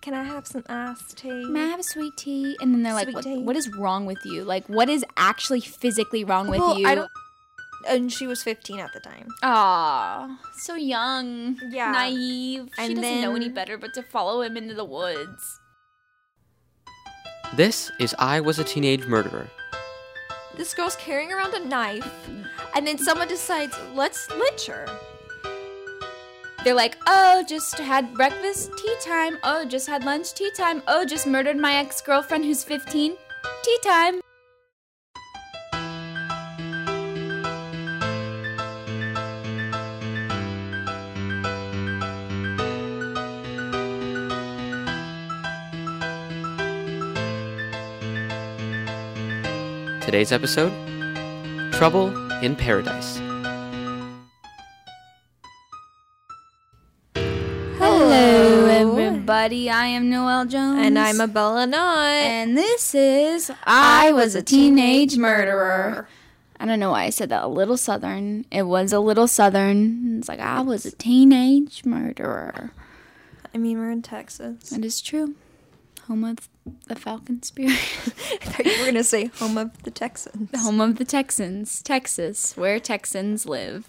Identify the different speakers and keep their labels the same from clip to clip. Speaker 1: Can I have some iced tea?
Speaker 2: May I have a sweet tea? And then they're like,
Speaker 1: Sweet
Speaker 2: what,
Speaker 1: tea.
Speaker 2: what is wrong with you? Like, what is actually physically wrong with
Speaker 1: Well,
Speaker 2: you?
Speaker 1: I don't. And she was 15 at the time.
Speaker 2: Aw, so young.
Speaker 1: Yeah.
Speaker 2: Naive. she
Speaker 1: And
Speaker 2: doesn't know any
Speaker 1: then-
Speaker 2: better but to follow him into the woods.
Speaker 3: This is I Was a Teenage Murderer.
Speaker 1: This girl's carrying around a knife, and then someone decides, let's lynch her.
Speaker 2: They're like, oh, just had breakfast, tea time. Oh, just had lunch, tea time. Oh, just murdered my ex girlfriend who's 15, tea time.
Speaker 3: Today's episode Trouble in Paradise.
Speaker 2: Hello, everybody. I am Noelle Jones.
Speaker 1: And I'm a Bella Knight.
Speaker 2: And this is I Was a Teenage Murderer. I don't know why I said that. A little southern. It was a little southern. It's like, I was a teenage murderer.
Speaker 1: I mean, we're in Texas.
Speaker 2: That is true. Home of the Falcon Spirit.
Speaker 1: I thought you were going to say home of the Texans.
Speaker 2: Home of the Texans. Texas, where Texans live.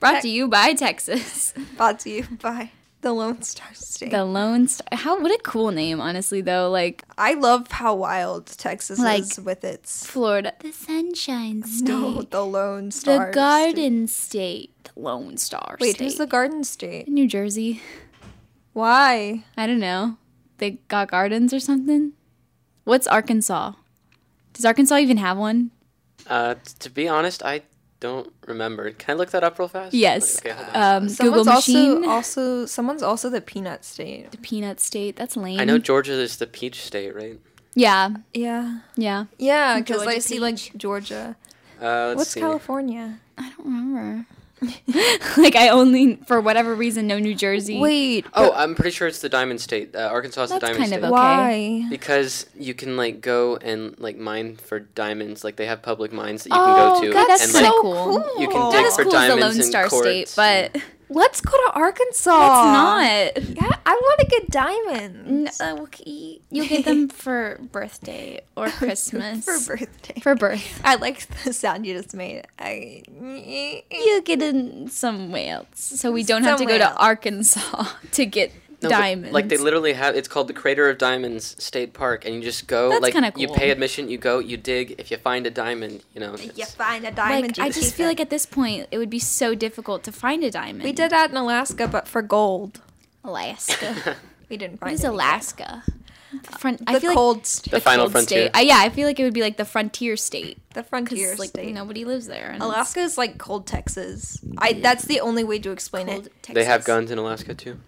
Speaker 2: Brought to you by Texas.
Speaker 1: Brought to you by the Lone Star State.
Speaker 2: The Lone Star. How, what a cool name, honestly, though. Like,
Speaker 1: I love how wild Texas
Speaker 2: Like-
Speaker 1: is with its.
Speaker 2: Florida. The Sunshine State.
Speaker 1: No, the Lone Star.
Speaker 2: the
Speaker 1: State.
Speaker 2: Garden State. The Lone Star
Speaker 1: Wait,
Speaker 2: State.
Speaker 1: who's the Garden State?
Speaker 2: New Jersey.
Speaker 1: Why?
Speaker 2: I don't know. They got gardens or something. What's Arkansas? Does Arkansas even have one?
Speaker 3: Uh, t- to be honest, I don't remember. Can I look that up real fast?
Speaker 2: Yes.
Speaker 3: Okay, hold on.
Speaker 2: Um, Google
Speaker 1: Someone's also
Speaker 2: machine.
Speaker 1: also someone's also the Peanut State.
Speaker 2: Peanut state. That's lame.
Speaker 3: I know Georgia is the peach state, right?
Speaker 2: Yeah.
Speaker 1: Yeah,
Speaker 2: Yeah.
Speaker 1: yeah, because I
Speaker 2: Georgia
Speaker 1: see like Georgia.
Speaker 3: Uh, let's
Speaker 1: What's
Speaker 3: see.
Speaker 1: California?
Speaker 2: I don't remember. like I only, for whatever reason, know New Jersey.
Speaker 1: Wait,
Speaker 3: Oh, I'm pretty sure it's the Diamond State. Uh, Arkansas is the
Speaker 2: That's
Speaker 3: Diamond
Speaker 2: kind
Speaker 3: State.
Speaker 2: of okay.
Speaker 1: why?
Speaker 3: Because you can like go and like mine for diamonds. Like they have public mines that you
Speaker 2: Oh,
Speaker 3: can go to.
Speaker 2: God, that's
Speaker 3: and,
Speaker 2: so
Speaker 3: like,
Speaker 2: cool.
Speaker 1: cool.
Speaker 3: You can
Speaker 2: Not
Speaker 3: dig
Speaker 2: as
Speaker 3: for
Speaker 2: cool as the
Speaker 3: diamonds
Speaker 2: Lone
Speaker 3: in
Speaker 2: Star State,
Speaker 3: quartz.
Speaker 2: but it's
Speaker 1: Let's go to Arkansas.
Speaker 2: not.
Speaker 1: Yeah, I want to get diamonds
Speaker 2: uh, You'll get them for birthday or Christmas.
Speaker 1: for birthday.
Speaker 2: for birth.
Speaker 1: I like the sound you just made. I.
Speaker 2: You get in somewhere else, so we don't have to go
Speaker 1: Somewhere
Speaker 2: to
Speaker 1: else.
Speaker 2: Arkansas to get
Speaker 3: No, but,
Speaker 2: diamonds.
Speaker 3: Like they literally have. It's called the Crater of Diamonds State Park, and you just go.
Speaker 2: That's
Speaker 3: like
Speaker 2: kinda
Speaker 3: you
Speaker 2: cool.
Speaker 3: pay admission. You go. You dig. If you find a diamond, you know.
Speaker 1: You
Speaker 3: it's-
Speaker 1: find a
Speaker 2: Like,
Speaker 1: diamond. you
Speaker 2: I just
Speaker 1: keep
Speaker 2: feel
Speaker 1: it.
Speaker 2: like at this point it would be so difficult to find a diamond.
Speaker 1: we did that in Alaska, but for gold.
Speaker 2: Alaska.
Speaker 1: We didn't
Speaker 2: what
Speaker 1: find
Speaker 2: is
Speaker 1: any.
Speaker 2: Alaska? The front.
Speaker 1: The
Speaker 2: I feel
Speaker 1: cold
Speaker 2: like
Speaker 1: state.
Speaker 3: The final
Speaker 2: cold
Speaker 3: frontier.
Speaker 2: State. I, yeah, I feel like it would be like the frontier state.
Speaker 1: The frontier
Speaker 2: Because like
Speaker 1: state.
Speaker 2: nobody lives there. and it's
Speaker 1: Alaska is like cold Texas. I that's the only way to explain
Speaker 2: cold
Speaker 1: it.
Speaker 3: They have
Speaker 2: Texas.
Speaker 3: guns in Alaska too.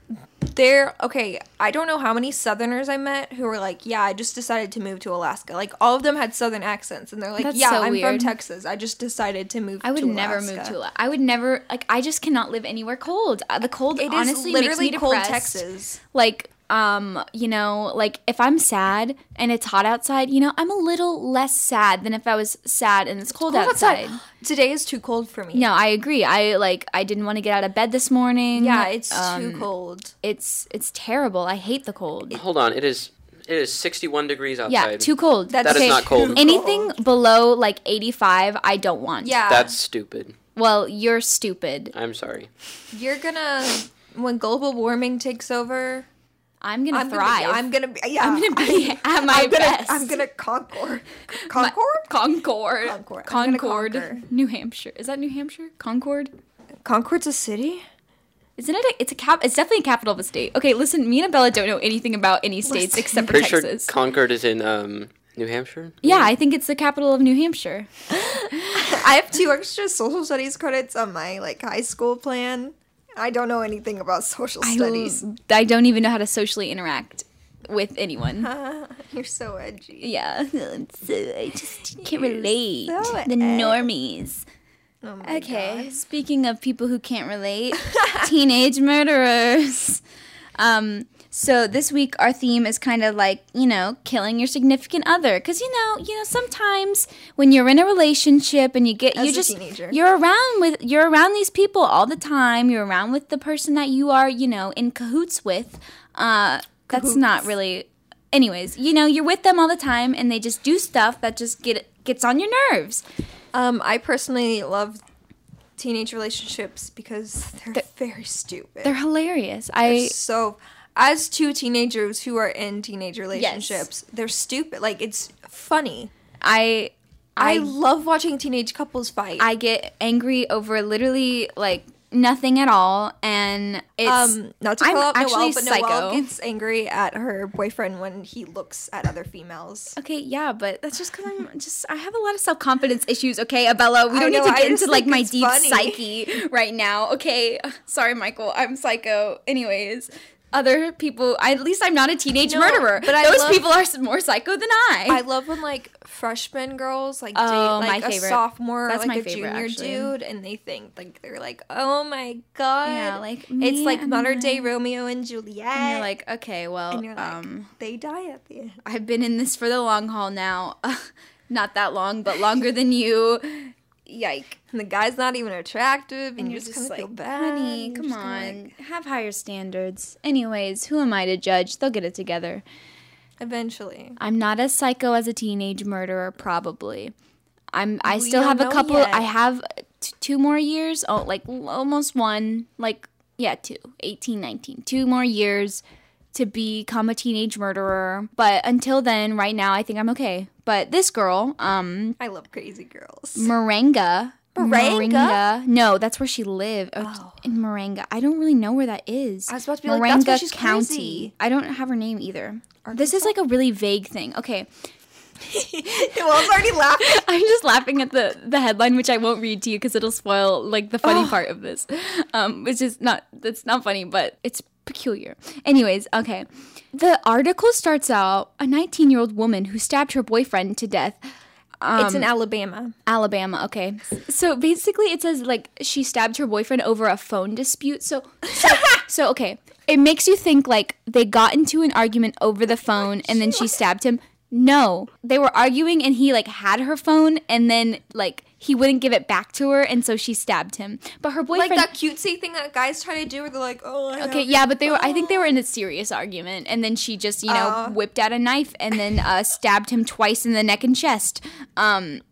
Speaker 1: There okay, I don't know how many southerners I met who were like, "Yeah, I just decided to move to Alaska." Like all of them had southern accents and they're like,
Speaker 2: That's
Speaker 1: "Yeah,
Speaker 2: so
Speaker 1: I'm from
Speaker 2: weird.
Speaker 1: Texas. I just decided to move
Speaker 2: I would
Speaker 1: to
Speaker 2: never move
Speaker 1: Alaska."
Speaker 2: to Alaska. I would never like. I just cannot live anywhere cold. Uh, The cold
Speaker 1: It is
Speaker 2: honestly makes
Speaker 1: literally
Speaker 2: me
Speaker 1: cold
Speaker 2: depressed.
Speaker 1: Texas.
Speaker 2: like um you know like if i'm sad and it's hot outside you know i'm a little less sad than if i was sad and it's cold,
Speaker 1: Cold
Speaker 2: outside.
Speaker 1: Today is too cold for me.
Speaker 2: no i agree i like i didn't want to get out of bed this morning
Speaker 1: Yeah, it's
Speaker 2: Um,
Speaker 1: too cold.
Speaker 2: it's it's terrible i hate the cold
Speaker 3: Hold on. It is. It is 61 degrees outside.
Speaker 2: yeah too cold
Speaker 1: That's
Speaker 3: That is
Speaker 1: okay.
Speaker 3: not cold.
Speaker 2: anything below like 85 i don't want
Speaker 1: Yeah.
Speaker 3: That's stupid.
Speaker 2: well you're stupid
Speaker 3: I'm sorry.
Speaker 1: You're going to when global warming takes over,
Speaker 2: i'm gonna
Speaker 1: I'm
Speaker 2: thrive
Speaker 1: Gonna, I'm gonna be. Yeah, I'm
Speaker 2: gonna be at my
Speaker 1: I'm gonna,
Speaker 2: best.
Speaker 1: I'm gonna conquer.
Speaker 2: My-
Speaker 1: Concord. Concord.
Speaker 2: Concord.
Speaker 1: I'm gonna conquer.
Speaker 2: Concord. New Hampshire. Is that New Hampshire? Concord?
Speaker 1: Concord's a city.
Speaker 2: Isn't it? A, it's a cap. It's definitely a capital of a state. Okay, listen. Me and Abella don't know anything about any states except for
Speaker 3: Pretty sure
Speaker 2: Texas.
Speaker 3: Concord is in um, New Hampshire.
Speaker 2: yeah, I think it's the capital of New Hampshire.
Speaker 1: I have two extra social studies credits on my like high school plan. I don't know anything about social
Speaker 2: I
Speaker 1: studies.
Speaker 2: l- I don't even know how to socially interact with anyone.
Speaker 1: You're so edgy.
Speaker 2: Yeah, so I just eh. can't relate.
Speaker 1: so
Speaker 2: the
Speaker 1: ed-
Speaker 2: normies.
Speaker 1: Oh my
Speaker 2: Okay, speaking of people who can't relate, teenage murderers. Um, so this week our theme is kind of like you know killing your significant other because you know you know sometimes when you're in a relationship and you get
Speaker 1: As
Speaker 2: you
Speaker 1: a
Speaker 2: just
Speaker 1: teenager.
Speaker 2: you're around with you're around these people all the time you're around with the person that you are you know in cahoots with uh that's not
Speaker 1: Cahoots.
Speaker 2: really. Anyways, you know, you're with them all the time, and they just do stuff that just get gets on your nerves.
Speaker 1: Um, I personally love teenage relationships because they're, very stupid.
Speaker 2: They're hilarious. I
Speaker 1: so as two teenagers who are in teenage relationships, they're stupid. Like it's funny.
Speaker 2: I
Speaker 1: I,
Speaker 2: I
Speaker 1: love watching teenage couples fight.
Speaker 2: I get angry over literally like nothing at all, and it's
Speaker 1: um, not to
Speaker 2: I'm
Speaker 1: call out
Speaker 2: actually
Speaker 1: Noelle, but
Speaker 2: psycho.
Speaker 1: Noelle gets angry at her boyfriend when he looks at other females.
Speaker 2: Okay, yeah, but that's just because I'm just I have a lot of self confidence issues. Okay, Abella, we
Speaker 1: I
Speaker 2: don't
Speaker 1: know,
Speaker 2: need to
Speaker 1: I
Speaker 2: get into
Speaker 1: just
Speaker 2: like
Speaker 1: think
Speaker 2: my
Speaker 1: it's
Speaker 2: deep
Speaker 1: funny.
Speaker 2: psyche right now. Okay, sorry, Michael, I'm psycho. Anyways, other people, I- at least I'm not a teenage
Speaker 1: No,
Speaker 2: murderer. But
Speaker 1: but I
Speaker 2: those
Speaker 1: love-
Speaker 2: people are s- more psycho than I.
Speaker 1: I love when like freshman girls like
Speaker 2: Oh,
Speaker 1: date like
Speaker 2: my
Speaker 1: a
Speaker 2: favorite.
Speaker 1: sophomore
Speaker 2: That's
Speaker 1: or like
Speaker 2: my
Speaker 1: a
Speaker 2: favorite,
Speaker 1: junior
Speaker 2: actually.
Speaker 1: dude and they think like they're like, Oh my god
Speaker 2: Yeah, like,
Speaker 1: it's
Speaker 2: me
Speaker 1: like
Speaker 2: and
Speaker 1: modern
Speaker 2: my-
Speaker 1: day Romeo and Juliet.
Speaker 2: and you're like, okay, well,
Speaker 1: And you're like,
Speaker 2: um,
Speaker 1: they die at the end.
Speaker 2: I've been in this for the long haul now. not that long, but longer than you. Yike.
Speaker 1: And the guy's not even attractive and,
Speaker 2: and
Speaker 1: you
Speaker 2: you're
Speaker 1: just,
Speaker 2: just,
Speaker 1: kind of
Speaker 2: like,
Speaker 1: feel bad.
Speaker 2: honey,
Speaker 1: You're
Speaker 2: come
Speaker 1: just kinda
Speaker 2: on,
Speaker 1: like-
Speaker 2: have higher standards. Anyways, who am I to judge? They'll get it together.
Speaker 1: eventually.
Speaker 2: I'm not as psycho as a teenage murderer, probably. I'm. I
Speaker 1: We
Speaker 2: still
Speaker 1: don't
Speaker 2: have a
Speaker 1: know
Speaker 2: couple.
Speaker 1: yet.
Speaker 2: I have t- two more years. Oh, like l- almost one. Like yeah, two. 18, 19. Two more years to become a teenage murderer. But until then, right now, I think I'm okay. But this girl, um,
Speaker 1: I love crazy girls.
Speaker 2: Moringa.
Speaker 1: Moringa?
Speaker 2: No, that's where she lived. Oh,
Speaker 1: Oh.
Speaker 2: In Moringa. I don't really know where that is.
Speaker 1: I was about to be like, that's where she's crazy.
Speaker 2: I don't have her name either. This is like a really vague thing. Okay.
Speaker 1: Noelle's already laughing.
Speaker 2: I'm just laughing at the, the headline, which I won't read to you because it'll spoil like the
Speaker 1: Oh.
Speaker 2: funny part of this. Um, which is not that's not funny, but it's peculiar. Anyways, okay. The article starts out a 19 year old woman who stabbed her boyfriend to death Um,
Speaker 1: it's in Alabama.
Speaker 2: Alabama, okay. So basically, it says like she stabbed her boyfriend over a phone dispute. So, so, so, okay, it makes you think like they got into an argument over the phone and then she stabbed him. No, they were arguing and he like had her phone and then like he wouldn't give it back to her and so she stabbed him. But her boyfriend.
Speaker 1: Like that cutesy thing that guys try to do where they're like, Oh I
Speaker 2: Okay,
Speaker 1: have
Speaker 2: yeah, but they were. I think they were in a serious argument, and then she just, you know,
Speaker 1: Oh.
Speaker 2: whipped out a knife and then uh, stabbed him twice in the neck and chest. Um,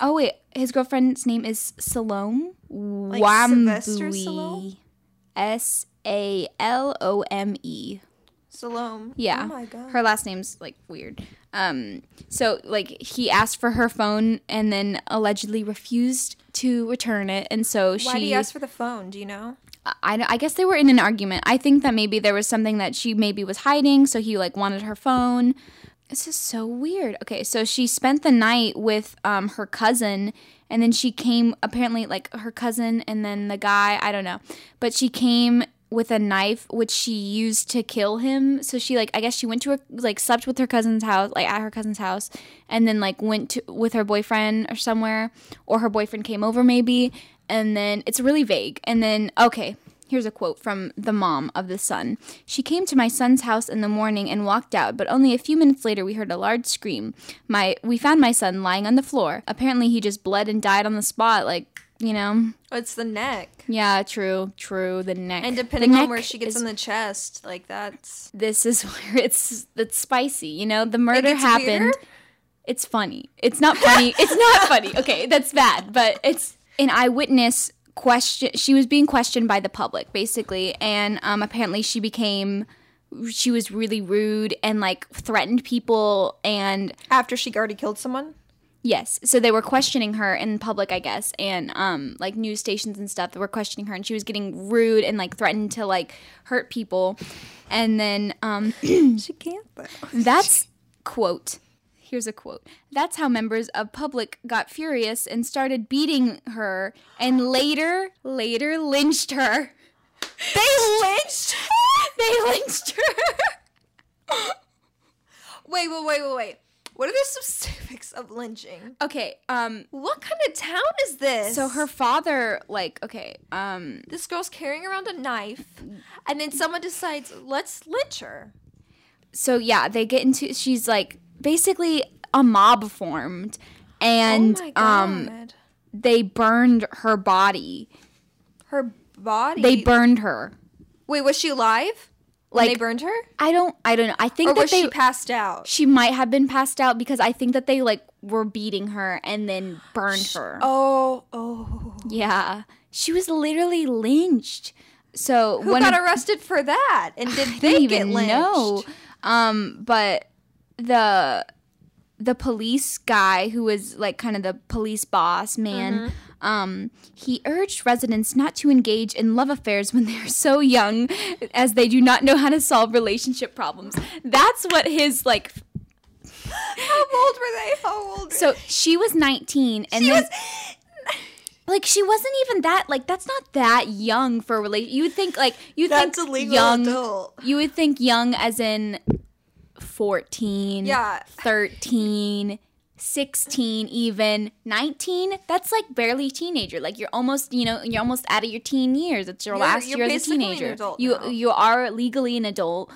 Speaker 2: oh wait, his girlfriend's name is Salome
Speaker 1: Sylvester
Speaker 2: Wambui.
Speaker 1: Stallone?
Speaker 2: S A L O M E.
Speaker 1: Salome.
Speaker 2: Yeah.
Speaker 1: Oh my god.
Speaker 2: Her last name's like weird. Um, so like he asked for her phone and then allegedly refused to return it, and so she.
Speaker 1: Why do you ask for the phone? Do you know?
Speaker 2: I, I guess they were in an argument. I think that maybe there was something that she maybe was hiding, so he like wanted her phone. This is so weird. Okay, so she spent the night with um, her cousin, and then she came apparently like her cousin and then the guy. I don't know, but she came with a knife which she used to kill him. So she like I guess she went to her like slept with her cousin's house, like at her cousin's house, and then like went to with her boyfriend or somewhere, or her boyfriend came over maybe, and then it's really vague. And then okay, Here's a quote from the mom of the son. She came to my son's house in the morning and walked out, but only a few minutes later we heard a large scream. My we found my son lying on the floor. Apparently he just bled and died on the spot like, you know.
Speaker 1: Oh, it's the neck.
Speaker 2: Yeah, true, true, the neck.
Speaker 1: And
Speaker 2: The
Speaker 1: depending on
Speaker 2: neck
Speaker 1: where she gets
Speaker 2: is-
Speaker 1: in the chest, like that's
Speaker 2: this is where it's it's spicy, you know? The murder
Speaker 1: gets
Speaker 2: happened.
Speaker 1: weirder?
Speaker 2: It's funny. It's not funny. it's not funny. Okay, that's bad, but it's an eyewitness question she was being questioned by the public basically and um apparently she became she was really rude and like threatened people and
Speaker 1: after she already killed someone.
Speaker 2: Yes. So they were questioning her in public, I guess, and um, like news stations and stuff that were questioning her, and she was getting rude and like threatened to like hurt people. And then um,
Speaker 1: She can't though.
Speaker 2: that's quote. Here's a quote. That's how members of public got furious and started beating her, and later, later lynched her. They lynched. they lynched her.
Speaker 1: Wait, wait, wait, wait, wait. What are the specifics of lynching?
Speaker 2: Okay. Um.
Speaker 1: What kind of town is this?
Speaker 2: So her father, like, okay. Um.
Speaker 1: this girl's carrying around a knife, and then someone decides, let's lynch her.
Speaker 2: so yeah, they get into she's like basically a mob formed and
Speaker 1: oh my god.
Speaker 2: um they burned her body.
Speaker 1: her body.
Speaker 2: They burned her.
Speaker 1: Wait, was she alive? Like, they
Speaker 2: Like
Speaker 1: burned her,
Speaker 2: I don't I don't know. I think
Speaker 1: or
Speaker 2: that
Speaker 1: was
Speaker 2: they
Speaker 1: she passed out?
Speaker 2: she might have been passed out because I think that they like were beating her and then burned her.
Speaker 1: Oh, oh.
Speaker 2: Yeah. She was literally lynched. So
Speaker 1: Who
Speaker 2: one
Speaker 1: got
Speaker 2: of-
Speaker 1: arrested for that? And did
Speaker 2: I
Speaker 1: they
Speaker 2: didn't
Speaker 1: get lynched?
Speaker 2: know. Um, but the the police guy who was like kind of the police boss man,
Speaker 1: Mm-hmm.
Speaker 2: um, he urged residents not to engage in love affairs when they are so young, as they do not know how to solve relationship problems. That's what his like.
Speaker 1: How old were they? How old?
Speaker 2: So she was nineteen, and
Speaker 1: She
Speaker 2: then
Speaker 1: was-
Speaker 2: like she wasn't even that like that's not that young for a relation. You would think like you
Speaker 1: that's
Speaker 2: think
Speaker 1: a legal
Speaker 2: young.
Speaker 1: adult.
Speaker 2: You would think young as in 14,
Speaker 1: Yeah.
Speaker 2: 13, 16, even 19. That's like barely teenager. Like you're almost, you know, you're almost out of your teen years. It's your
Speaker 1: You're-
Speaker 2: last
Speaker 1: you're
Speaker 2: year as a
Speaker 1: basically an
Speaker 2: teenager.
Speaker 1: adult
Speaker 2: you
Speaker 1: now.
Speaker 2: you are legally an adult.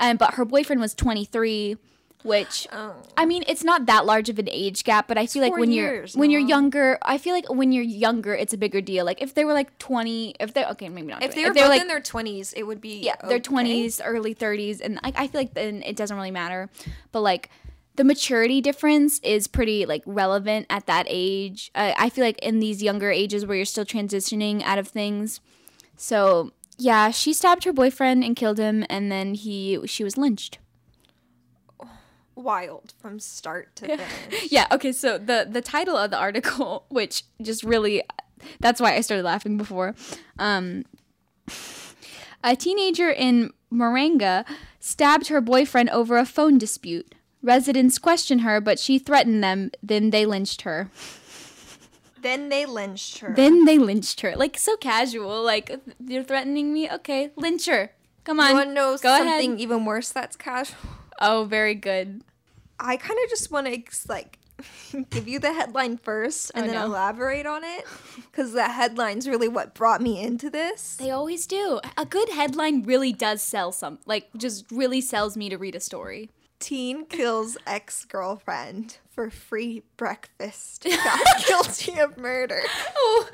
Speaker 2: Um, but her boyfriend was 23, which
Speaker 1: Oh.
Speaker 2: I mean, it's not that large of an age gap, but I feel like
Speaker 1: four
Speaker 2: when
Speaker 1: years,
Speaker 2: you're when you're
Speaker 1: Mom.
Speaker 2: younger, I feel like when you're younger, it's a bigger deal. Like if they were like 20, if they okay, maybe not.
Speaker 1: If
Speaker 2: 20.
Speaker 1: they were
Speaker 2: were
Speaker 1: both
Speaker 2: like
Speaker 1: in their twenties, it would be
Speaker 2: yeah, their
Speaker 1: okay.
Speaker 2: 20s, early 30s, and I, I feel like then it doesn't really matter. But like the maturity difference is pretty like relevant at that age. Uh, I feel like in these younger ages where you're still transitioning out of things. So yeah, she stabbed her boyfriend and killed him, and then he she was lynched.
Speaker 1: Wild from start to finish.
Speaker 2: Yeah. Okay. So the the title of the article, which just really, that's why I started laughing before. Um, a teenager in Moringa stabbed her boyfriend over a phone dispute. Residents questioned her, but she threatened them. Then they lynched her.
Speaker 1: then they lynched her.
Speaker 2: Then they lynched her. Like so casual. Like you're threatening me. Okay, lynch her. Come on.
Speaker 1: Anyone knows
Speaker 2: Go ahead.
Speaker 1: something even worse that's casual?
Speaker 2: Oh, very good.
Speaker 1: I kind of just want to like give you the headline first and
Speaker 2: Oh,
Speaker 1: then
Speaker 2: no.
Speaker 1: elaborate on it because the headline's really what brought me into this.
Speaker 2: They always do. A good headline really does sell some. Like just really sells me to read a story.
Speaker 1: Teen kills ex girlfriend for free breakfast. Got guilty of murder.
Speaker 2: Oh,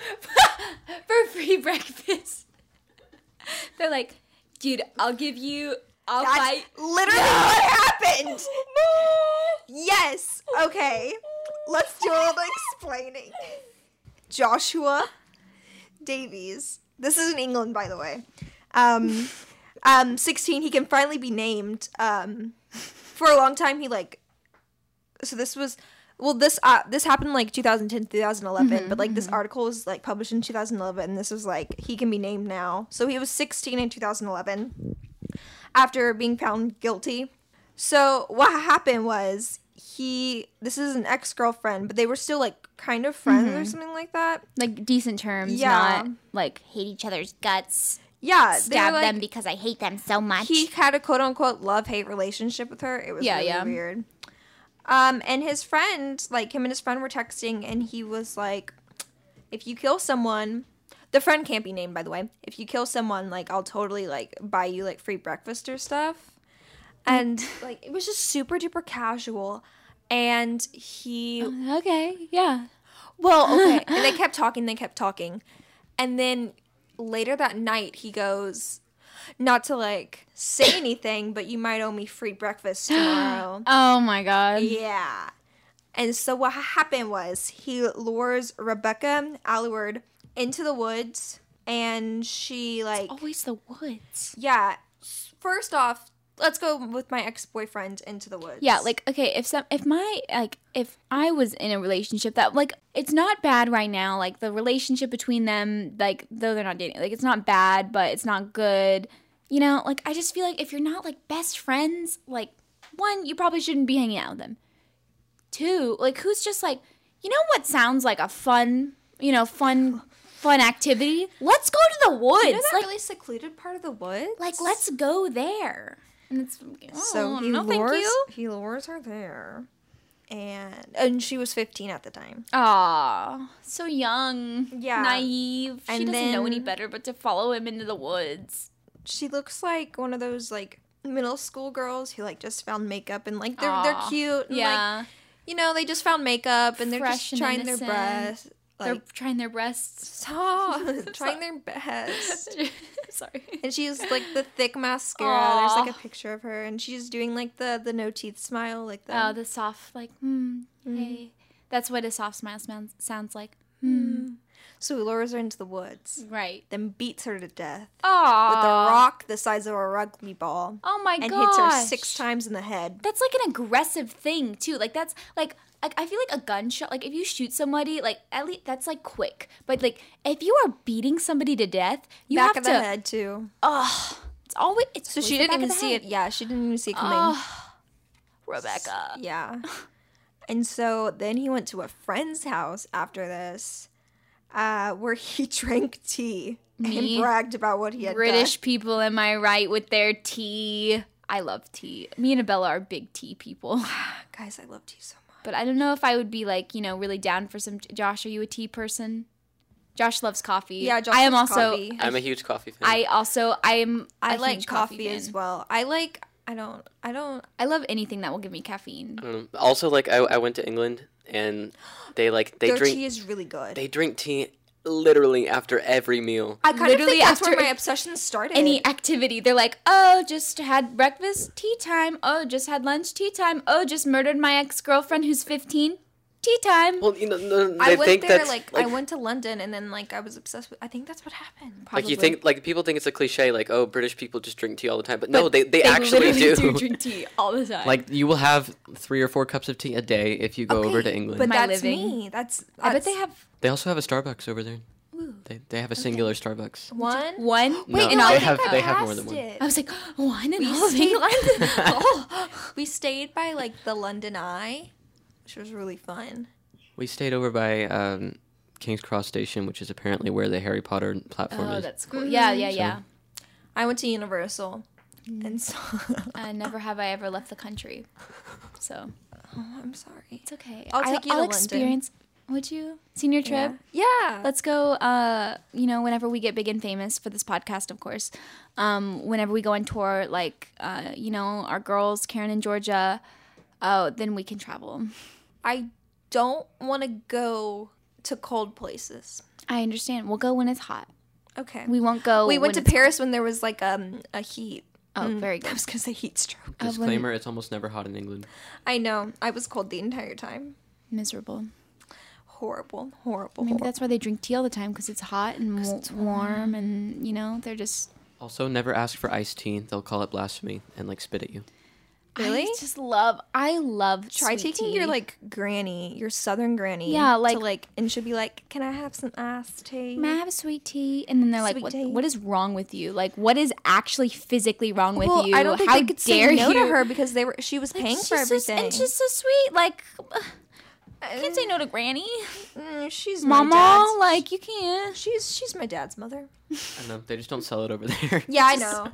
Speaker 2: for free breakfast. They're like, dude, I'll give you. I'll
Speaker 1: That's
Speaker 2: fight.
Speaker 1: literally what happened. Yes. Okay. Let's do all the explaining. Joshua Davies. This is in England, by the way. Um, um, 16. He can finally be named. Um, for a long time, he like. So this was. Well, this uh, this happened in, like 2010, 2011, but like this article was like published in 2011. And this was like he can be named now. So he was 16 in 2011 after being found guilty. So what happened was he this is an ex-girlfriend, but they were still like kind of friends or something like that.
Speaker 2: Like decent terms,
Speaker 1: Yeah.
Speaker 2: not like hate each other's guts,
Speaker 1: Yeah, they
Speaker 2: stab
Speaker 1: were, like,
Speaker 2: them because I hate them so much.
Speaker 1: He had a quote unquote love hate relationship with her. It was
Speaker 2: Yeah,
Speaker 1: really
Speaker 2: yeah.
Speaker 1: weird. Um, and his friend, like him and his friend were texting, and he was like, "If you kill someone, the friend can't be named, by the way. If you kill someone, like I'll totally like buy you like free breakfast or stuff." And like it was just super duper casual, and he
Speaker 2: okay, yeah.
Speaker 1: well, okay. and they kept talking, they kept talking. And then later that night, he goes, Not to like say anything, but you might owe me free breakfast tomorrow.
Speaker 2: Oh my god.
Speaker 1: yeah. And so what happened was he lures Rebecca Allard into the woods and she like
Speaker 2: Always the woods.
Speaker 1: Yeah. s- First off, let's go with my ex boyfriend into the woods.
Speaker 2: Yeah, like okay, if some if my like if I was in a relationship that like it's not bad right now, like the relationship between them, like though they're not dating, like it's not bad, but it's not good. You know, like I just feel like if you're not like best friends, like one, you probably shouldn't be hanging out with them. Two, like who's just like, you know what sounds like a fun, you know, fun fun activity? Let's go to the woods.
Speaker 1: you know that
Speaker 2: like,
Speaker 1: really secluded part of the woods?
Speaker 2: like let's go there. And it's
Speaker 1: So
Speaker 2: oh,
Speaker 1: he
Speaker 2: no,
Speaker 1: lures
Speaker 2: thank you.
Speaker 1: he lures her there, and and she was fifteen at the time.
Speaker 2: Aw, so young.
Speaker 1: Yeah.
Speaker 2: Naive. she
Speaker 1: And
Speaker 2: doesn't know any
Speaker 1: then-
Speaker 2: better but to follow him into the woods.
Speaker 1: She looks like one of those like middle school girls who like just found makeup and like they're they're
Speaker 2: Aw,
Speaker 1: cute. And, Like,
Speaker 2: yeah.
Speaker 1: you know they just found makeup and they're
Speaker 2: Fresh
Speaker 1: just
Speaker 2: and
Speaker 1: trying their
Speaker 2: innocent.
Speaker 1: best.
Speaker 2: They're
Speaker 1: Like,
Speaker 2: trying their breasts.
Speaker 1: stop. trying their best.
Speaker 2: Sorry.
Speaker 1: And she's like the thick mascara. There's like a
Speaker 2: Aw.
Speaker 1: picture of her, and she's doing like the the no teeth smile, like the.
Speaker 2: Oh, the soft like mm, hey. That's what a soft smile sounds sounds like. Mm.
Speaker 1: so he lures her into the woods,
Speaker 2: Right.
Speaker 1: then beats her to death
Speaker 2: Oh.
Speaker 1: with a rock the size of a rugby ball,
Speaker 2: Oh my god.
Speaker 1: and hits her six times in the head.
Speaker 2: That's like an aggressive thing too. Like that's like like I feel like a gunshot. Like if you shoot somebody, like at least that's like quick. But like if you are beating somebody to death, you
Speaker 1: back
Speaker 2: have
Speaker 1: of
Speaker 2: to.
Speaker 1: the head too.
Speaker 2: Ugh. It's always. It's
Speaker 1: So
Speaker 2: always
Speaker 1: she
Speaker 2: the
Speaker 1: didn't
Speaker 2: back of
Speaker 1: even
Speaker 2: the
Speaker 1: see
Speaker 2: head.
Speaker 1: it. Yeah, she didn't even see it coming.
Speaker 2: Ugh. Rebecca.
Speaker 1: Yeah. And so then he went to a friend's house after this, uh, where he drank tea
Speaker 2: Me?
Speaker 1: and bragged about what he had
Speaker 2: British people, am I right with their tea? I love tea. Me and Abella are big tea people.
Speaker 1: done. Guys, I love tea so much.
Speaker 2: But I don't know if I would be like, you know, really down for some. Josh, are you a tea person? Josh loves coffee.
Speaker 1: Yeah, Josh
Speaker 2: I am
Speaker 1: loves
Speaker 2: also.
Speaker 1: coffee.
Speaker 3: I'm a huge coffee fan.
Speaker 2: I also I am.
Speaker 1: I
Speaker 2: I
Speaker 1: like coffee, as
Speaker 2: fan.
Speaker 1: well. I like. I don't. I don't.
Speaker 2: I love anything that will give me caffeine.
Speaker 3: I don't know. Um, Also, like I, I went to England and they like they
Speaker 1: their
Speaker 3: drink
Speaker 1: tea is really good.
Speaker 3: they drink tea literally after every meal.
Speaker 1: I kind of
Speaker 2: Literally
Speaker 1: think that's where
Speaker 2: after
Speaker 1: my obsession started.
Speaker 2: Any activity, they're like, oh, just had breakfast, tea time. Oh, just had lunch, tea time. Oh, just murdered my ex girlfriend who's fifteen, tea time.
Speaker 3: Well, you know, no, no,
Speaker 1: I
Speaker 3: they
Speaker 1: went
Speaker 3: think
Speaker 1: there
Speaker 3: that's
Speaker 1: like, I went to London and then like I was obsessed with. I think that's what happened.
Speaker 3: like
Speaker 2: probably.
Speaker 3: you think like people think it's a cliche like oh British people just drink tea all the time, but no, oh, they,
Speaker 2: They
Speaker 3: they, actually
Speaker 2: literally
Speaker 3: do.
Speaker 2: drink tea all the time.
Speaker 3: like you will have three or four cups of tea a day if you go over
Speaker 1: Okay,
Speaker 3: to England.
Speaker 1: But
Speaker 2: My
Speaker 1: that's
Speaker 2: living.
Speaker 1: me. That's, that's
Speaker 2: I bet they have
Speaker 3: they also have a Starbucks over there.
Speaker 2: Ooh.
Speaker 3: They, they have a singular Starbucks.
Speaker 1: one.
Speaker 2: one.
Speaker 3: No,
Speaker 2: in
Speaker 3: they
Speaker 2: all
Speaker 1: I
Speaker 2: of
Speaker 1: think
Speaker 3: have-
Speaker 1: I
Speaker 3: they have more than
Speaker 1: passed
Speaker 3: one.
Speaker 1: it.
Speaker 2: I was like, one in all of
Speaker 1: stayed-
Speaker 2: England. oh.
Speaker 1: We stayed by like the London Eye, which was really fun.
Speaker 3: We stayed over by um, King's Cross Station, which is apparently where the Harry Potter platform
Speaker 2: Oh,
Speaker 3: is.
Speaker 2: that's cool. Yeah, yeah, yeah.
Speaker 1: I went to Universal, and so
Speaker 2: Uh, never have I ever left the country, so
Speaker 1: I'm sorry.
Speaker 2: it's okay.
Speaker 1: I'll take you to London.
Speaker 2: experience. Would you senior trip?
Speaker 1: Yeah, yeah.
Speaker 2: Let's go. Uh, you know, whenever we get big and famous for this podcast, of course. Um, whenever we go on tour, like uh, you know, our girls, Karen and Georgia. Oh, then we can travel.
Speaker 1: I don't want to go to cold places.
Speaker 2: I understand. We'll go when it's hot.
Speaker 1: Okay, we,
Speaker 2: We won't go.
Speaker 1: went to
Speaker 2: when
Speaker 1: Paris when there was like um a heat.
Speaker 2: it's- Oh, very
Speaker 1: I
Speaker 2: good. Uh,
Speaker 1: was gonna say heat stroke.
Speaker 2: when-
Speaker 3: Disclaimer: It's almost never hot in England.
Speaker 1: I know. I was cold the entire time.
Speaker 2: Miserable.
Speaker 1: Horrible, horrible.
Speaker 2: Maybe
Speaker 1: horrible.
Speaker 2: that's why they drink tea all the time because it's hot and wa- warm, and you know they're just.
Speaker 3: Also, never ask for iced tea. They'll call it blasphemy and like spit at you.
Speaker 1: Really?
Speaker 2: I just love. I love.
Speaker 1: Try
Speaker 2: sweet
Speaker 1: taking
Speaker 2: tea.
Speaker 1: your like granny, your southern granny.
Speaker 2: Yeah,
Speaker 1: to,
Speaker 2: like-
Speaker 1: like, and she'll be like, "Can I have some iced tea?"
Speaker 2: May I have a sweet tea? And then they're like,
Speaker 1: Sweet
Speaker 2: what,
Speaker 1: tea.
Speaker 2: what is wrong with you? Like, what is actually physically wrong with
Speaker 1: well,
Speaker 2: you?
Speaker 1: I don't think
Speaker 2: How
Speaker 1: they could
Speaker 2: dare
Speaker 1: say no
Speaker 2: you?
Speaker 1: to her because they were she was paying
Speaker 2: She's
Speaker 1: for
Speaker 2: so-
Speaker 1: everything.
Speaker 2: and she's so sweet. Like,
Speaker 1: Uh,
Speaker 2: can't say no to Granny,
Speaker 1: mm, she's my
Speaker 2: Mama.
Speaker 1: dad's.
Speaker 2: Like, you can't.
Speaker 1: She's she's my dad's mother.
Speaker 3: I know they just don't sell it over there.
Speaker 1: Yeah, I
Speaker 2: Just-
Speaker 1: know.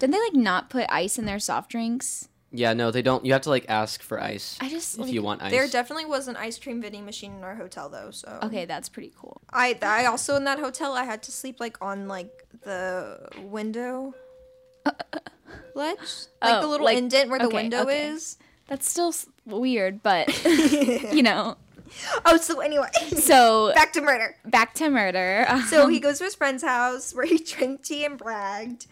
Speaker 2: Didn't they like not put ice in their soft drinks?
Speaker 3: Yeah, no, they don't. You have to like ask for ice
Speaker 2: I just
Speaker 3: if
Speaker 2: like,
Speaker 3: you want ice.
Speaker 1: There definitely was an ice cream vending machine in our hotel though, so
Speaker 2: Okay, that's pretty cool.
Speaker 1: I I also in that hotel I had to sleep like on like the window ledge, like the
Speaker 2: Oh,
Speaker 1: little
Speaker 2: like-
Speaker 1: indent where the
Speaker 2: okay,
Speaker 1: window
Speaker 2: okay.
Speaker 1: is.
Speaker 2: That's still s- weird, but you know.
Speaker 1: Oh, so anyway,
Speaker 2: So
Speaker 1: back
Speaker 2: back,
Speaker 1: to murder.
Speaker 2: to murder.
Speaker 1: So he goes to his friend's house where he drank tea and bragged.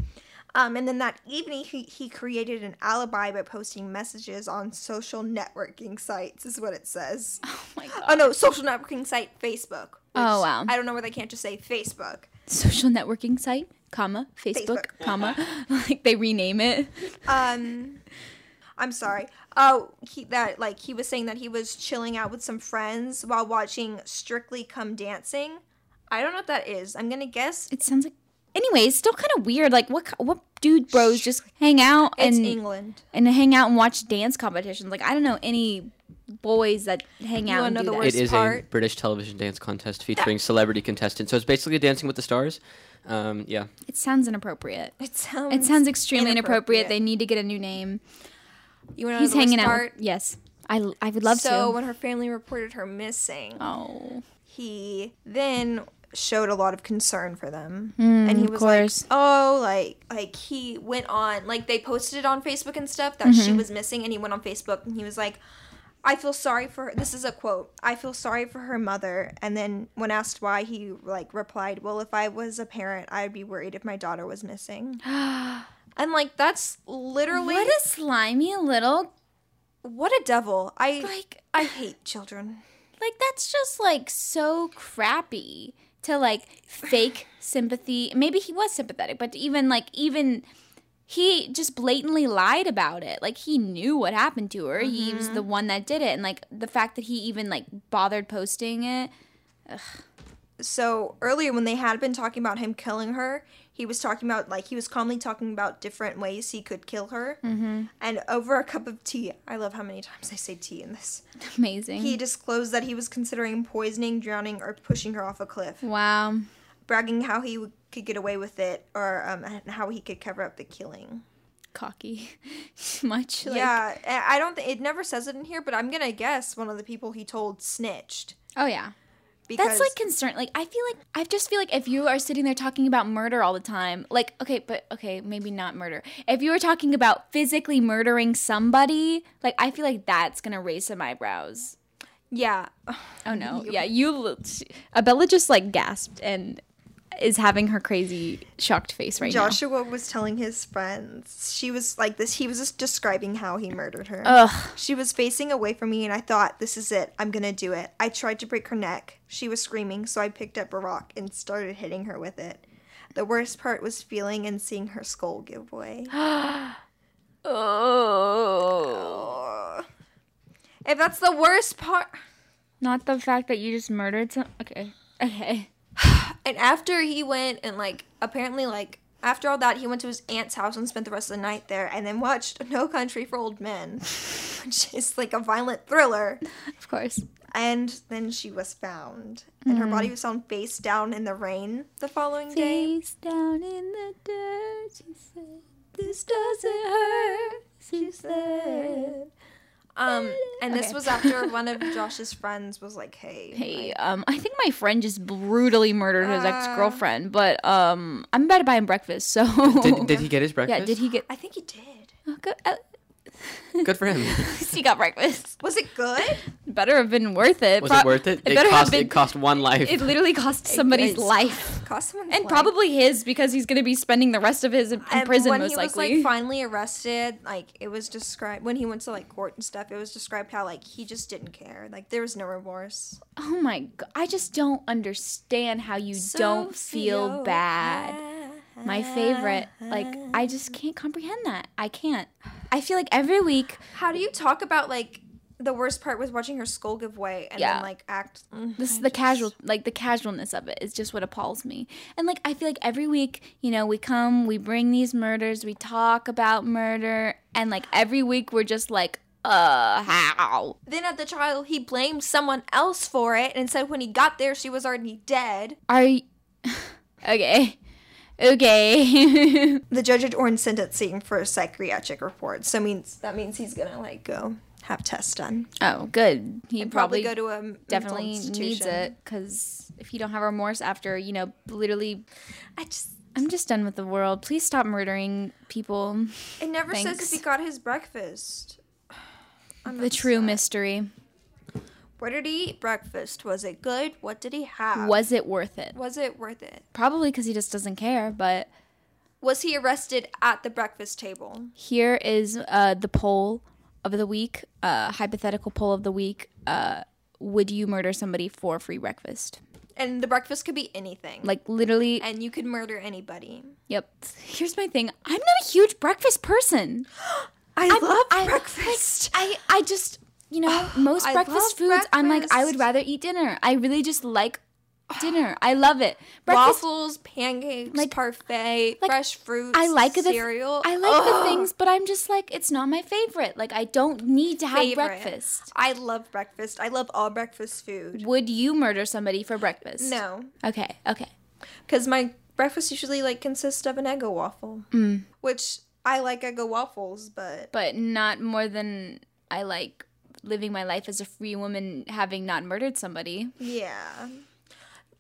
Speaker 1: Um, and then that evening, he, he created an alibi by posting messages on social networking sites, is what it says.
Speaker 2: oh my god.
Speaker 1: Oh, no, social networking site, Facebook. which
Speaker 2: Oh, wow.
Speaker 1: I don't know where they can't just say Facebook.
Speaker 2: Social networking site, comma Facebook,
Speaker 1: Facebook.
Speaker 2: comma. like they rename it.
Speaker 1: Um, I'm sorry. Oh, he that like he was saying that he was chilling out with some friends while watching Strictly Come Dancing. I don't know what that is. I'm gonna guess
Speaker 2: It sounds like. Anyways, still kind of weird. Like, what ki- what dude bros just hang out
Speaker 1: it's
Speaker 2: and
Speaker 1: England.
Speaker 2: and hang out and watch dance competitions? Like, I don't know any boys that hang out
Speaker 1: wanna
Speaker 2: and
Speaker 1: know
Speaker 2: do
Speaker 1: the
Speaker 2: that.
Speaker 1: worst
Speaker 3: it is a
Speaker 1: part-
Speaker 3: British television dance contest featuring celebrity contestants. So it's basically Dancing with the Stars. Um, yeah,
Speaker 2: It sounds inappropriate.
Speaker 1: It sounds.
Speaker 2: It sounds extremely
Speaker 1: inappropriate.
Speaker 2: inappropriate. They need to get a new name.
Speaker 1: You want
Speaker 2: He's hanging out.
Speaker 1: Part?
Speaker 2: with- Yes, I l- I would love
Speaker 1: so
Speaker 2: to.
Speaker 1: when her family reported her missing,
Speaker 2: Oh,
Speaker 1: he then showed a lot of concern for them, and he
Speaker 2: Hmm, of
Speaker 1: was
Speaker 2: course.
Speaker 1: like, "Oh, like like he
Speaker 2: Mm-hmm.
Speaker 1: went on like they posted it on Facebook and stuff that she was missing, and he went on Facebook and he was like." I feel sorry for her. This is a quote. I feel sorry for her mother. And then when asked why, he like replied, "Well, if I was a parent, I'd be worried if my daughter was missing." I'm like, that's literally
Speaker 2: What a slimy little
Speaker 1: what a devil. I
Speaker 2: like
Speaker 1: I hate children.
Speaker 2: like that's just like so crappy to like fake sympathy. Maybe he was sympathetic, but to even like even he just blatantly lied about it. Like he knew what happened to her. He was
Speaker 1: Mm-hmm.
Speaker 2: the one that did it, and like the fact that he even like bothered posting it.
Speaker 1: so earlier when they had been talking about him killing her he was talking about like he was calmly talking about different ways he could kill her mm-hmm. and over a cup of tea i love how many times i say tea in this
Speaker 2: Amazing.
Speaker 1: he disclosed that he was considering poisoning drowning or pushing her off a cliff
Speaker 2: wow.
Speaker 1: bragging how he w- could get away with it or um, and how he could cover up the killing
Speaker 2: Cocky. Much like
Speaker 1: yeah eh, I- i don't think it never says it in here but i'm gonna guess one of the people he told snitched
Speaker 2: Oh yeah.
Speaker 1: because
Speaker 2: That's like concern. Like I feel like I just feel like if you are sitting there talking about murder all the time, like okay, but okay, maybe not murder. If you were talking about physically murdering somebody, like I feel like that's gonna raise some eyebrows.
Speaker 1: yeah
Speaker 2: Oh no, yeah, you. l- she- Abella just like gasped and is having her crazy shocked face right
Speaker 1: Joshua was telling his friends. She was like this. He was just describing how he murdered her.
Speaker 2: now. Ugh.
Speaker 1: She was facing away from me, and I thought, this is it. I'm gonna do it. I tried to break her neck. She was screaming, so I picked up a rock and started hitting her with it. The worst part was feeling and seeing her skull give way.
Speaker 2: Oh.
Speaker 1: Ugh. if that's the worst part.
Speaker 2: Not the fact that you just murdered some. Okay. Okay.
Speaker 1: And after he went and like apparently like after all that he went to his aunt's house and spent the rest of the night there and then watched No Country for Old Men, which is like a violent thriller.
Speaker 2: Of course.
Speaker 1: And then she was found. And her
Speaker 2: Mm.
Speaker 1: body was found face down in the rain the following day.
Speaker 2: Face down in the dirt, she said, This doesn't hurt, she said.
Speaker 1: Um and this
Speaker 2: Okay.
Speaker 1: was after one of Josh's friends was like, "Hey,
Speaker 2: Hey, um, I think my friend just brutally murdered his
Speaker 1: Uh.
Speaker 2: ex girlfriend, but um, I'm about to buy him breakfast, so.
Speaker 3: Did, did he get his breakfast?
Speaker 2: yeah, did he get.
Speaker 1: I think he did.
Speaker 2: Oh, good, at
Speaker 3: Good for him.
Speaker 2: least he got breakfast.
Speaker 1: Was it good?"
Speaker 2: Better have been worth it.
Speaker 3: Was
Speaker 2: Pro-
Speaker 3: it worth it? It,
Speaker 2: better have
Speaker 3: cost
Speaker 2: been.
Speaker 3: it cost one life.
Speaker 2: it literally cost somebody's
Speaker 1: it's-
Speaker 2: life.
Speaker 1: Cost someone
Speaker 2: And probably his because he's going to be spending the rest of his in, in prison
Speaker 1: when
Speaker 2: most
Speaker 1: he
Speaker 2: likely.
Speaker 1: was like finally arrested, like it was described when he went to like court and stuff. It was described how like he just didn't care. Like there was no remorse.
Speaker 2: oh my god! I just don't understand how you don't feel bad. my favorite. Like I just can't comprehend that. I can't. I feel like every week
Speaker 1: How do you talk about like the worst part was watching her skull give way and
Speaker 2: Yeah. Mm-hmm.
Speaker 1: then like act? mm,
Speaker 2: this
Speaker 1: I
Speaker 2: the
Speaker 1: just-
Speaker 2: casual like the casualness of it is just what appalls me. And like I feel like every week, you know, we come, we bring these murders, we talk about murder, and like every week we're just like, uh, how?
Speaker 1: Then at the trial, he blamed someone else for it and said when he got there, she was already dead.
Speaker 2: Are you okay? Okay.
Speaker 1: The judge had ordered sentencing for a psychiatric report, so means that means he's gonna like go have tests done.
Speaker 2: oh, good. He
Speaker 1: Probably,
Speaker 2: probably,
Speaker 1: go to a mental
Speaker 2: definitely needs
Speaker 1: institution.
Speaker 2: it because if you don't have remorse after, you know, literally
Speaker 1: I just
Speaker 2: I'm just done with the world. Please stop murdering people.
Speaker 1: It never
Speaker 2: Thanks.
Speaker 1: says if he got his breakfast. I'm
Speaker 2: The
Speaker 1: upset.
Speaker 2: true mystery.
Speaker 1: What did he eat breakfast? Was it good? What did he have?
Speaker 2: Was it worth it?
Speaker 1: Was it worth it?
Speaker 2: Probably because he just doesn't care. But
Speaker 1: Was he arrested at the breakfast table?
Speaker 2: here is uh, the poll of the week, uh, hypothetical poll of the week. Uh, would you murder somebody for free breakfast?
Speaker 1: And the breakfast could be anything.
Speaker 2: Like literally.
Speaker 1: and you could murder anybody.
Speaker 2: Yep. Here's my thing. I'm not a huge breakfast person.
Speaker 1: I love
Speaker 2: I-
Speaker 1: breakfast.
Speaker 2: I I just you know most
Speaker 1: Oh, I
Speaker 2: breakfast foods.
Speaker 1: love
Speaker 2: I'm like I
Speaker 1: breakfast.
Speaker 2: would rather eat dinner. I really just like dinner. I love it. Breakfast
Speaker 1: Waffles, pancakes,
Speaker 2: Like-
Speaker 1: parfait,
Speaker 2: like,
Speaker 1: fresh fruits.
Speaker 2: I like the
Speaker 1: cereal.
Speaker 2: I like
Speaker 1: Ugh.
Speaker 2: the things, but I'm just like it's not my favorite. Like I don't need to have
Speaker 1: Favorite.
Speaker 2: breakfast.
Speaker 1: I love breakfast. I love all breakfast food.
Speaker 2: Would you murder somebody for breakfast?
Speaker 1: No,
Speaker 2: Okay. Okay.
Speaker 1: because my breakfast usually like consists of an eggo waffle, which I like eggo waffles, but
Speaker 2: But not more than I like living my life as a free woman, having not murdered somebody.
Speaker 1: yeah.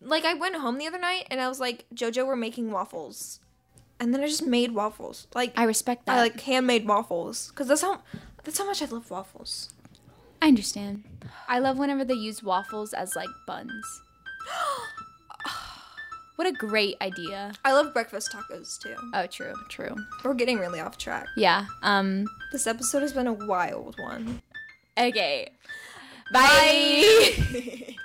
Speaker 1: Like I went home the other night and I was like, Jojo, we're making waffles, and then I just made waffles. Like
Speaker 2: I
Speaker 1: I,
Speaker 2: respect that.
Speaker 1: like handmade waffles because that's how that's how much I love waffles.
Speaker 2: I understand. I love whenever they use waffles as like buns. what a great idea.
Speaker 1: I love breakfast tacos too.
Speaker 2: Oh, true, true.
Speaker 1: We're getting really off track.
Speaker 2: Yeah. Um.
Speaker 1: This episode has been a wild one.
Speaker 2: Okay. Bye.
Speaker 1: Bye.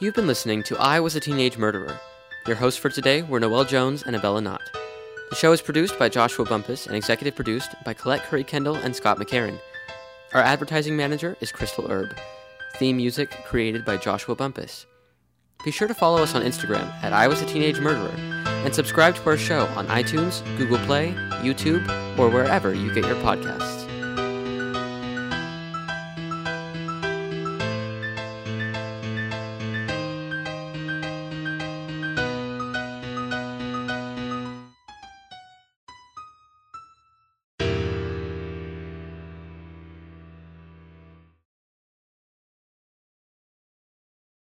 Speaker 3: You've been listening to I Was a Teenage Murderer. Your hosts for today were Noel Jones and Abella Knott. The show is produced by Joshua Bumpus and executive produced by Colette Curry Kendall and Scott McCarran. Our advertising manager is Crystal Erb. Theme music created by Joshua Bumpus. Be sure to follow us on Instagram at I Was a Teenage Murderer and subscribe to our show on iTunes, Google Play, YouTube, or wherever you get your podcasts.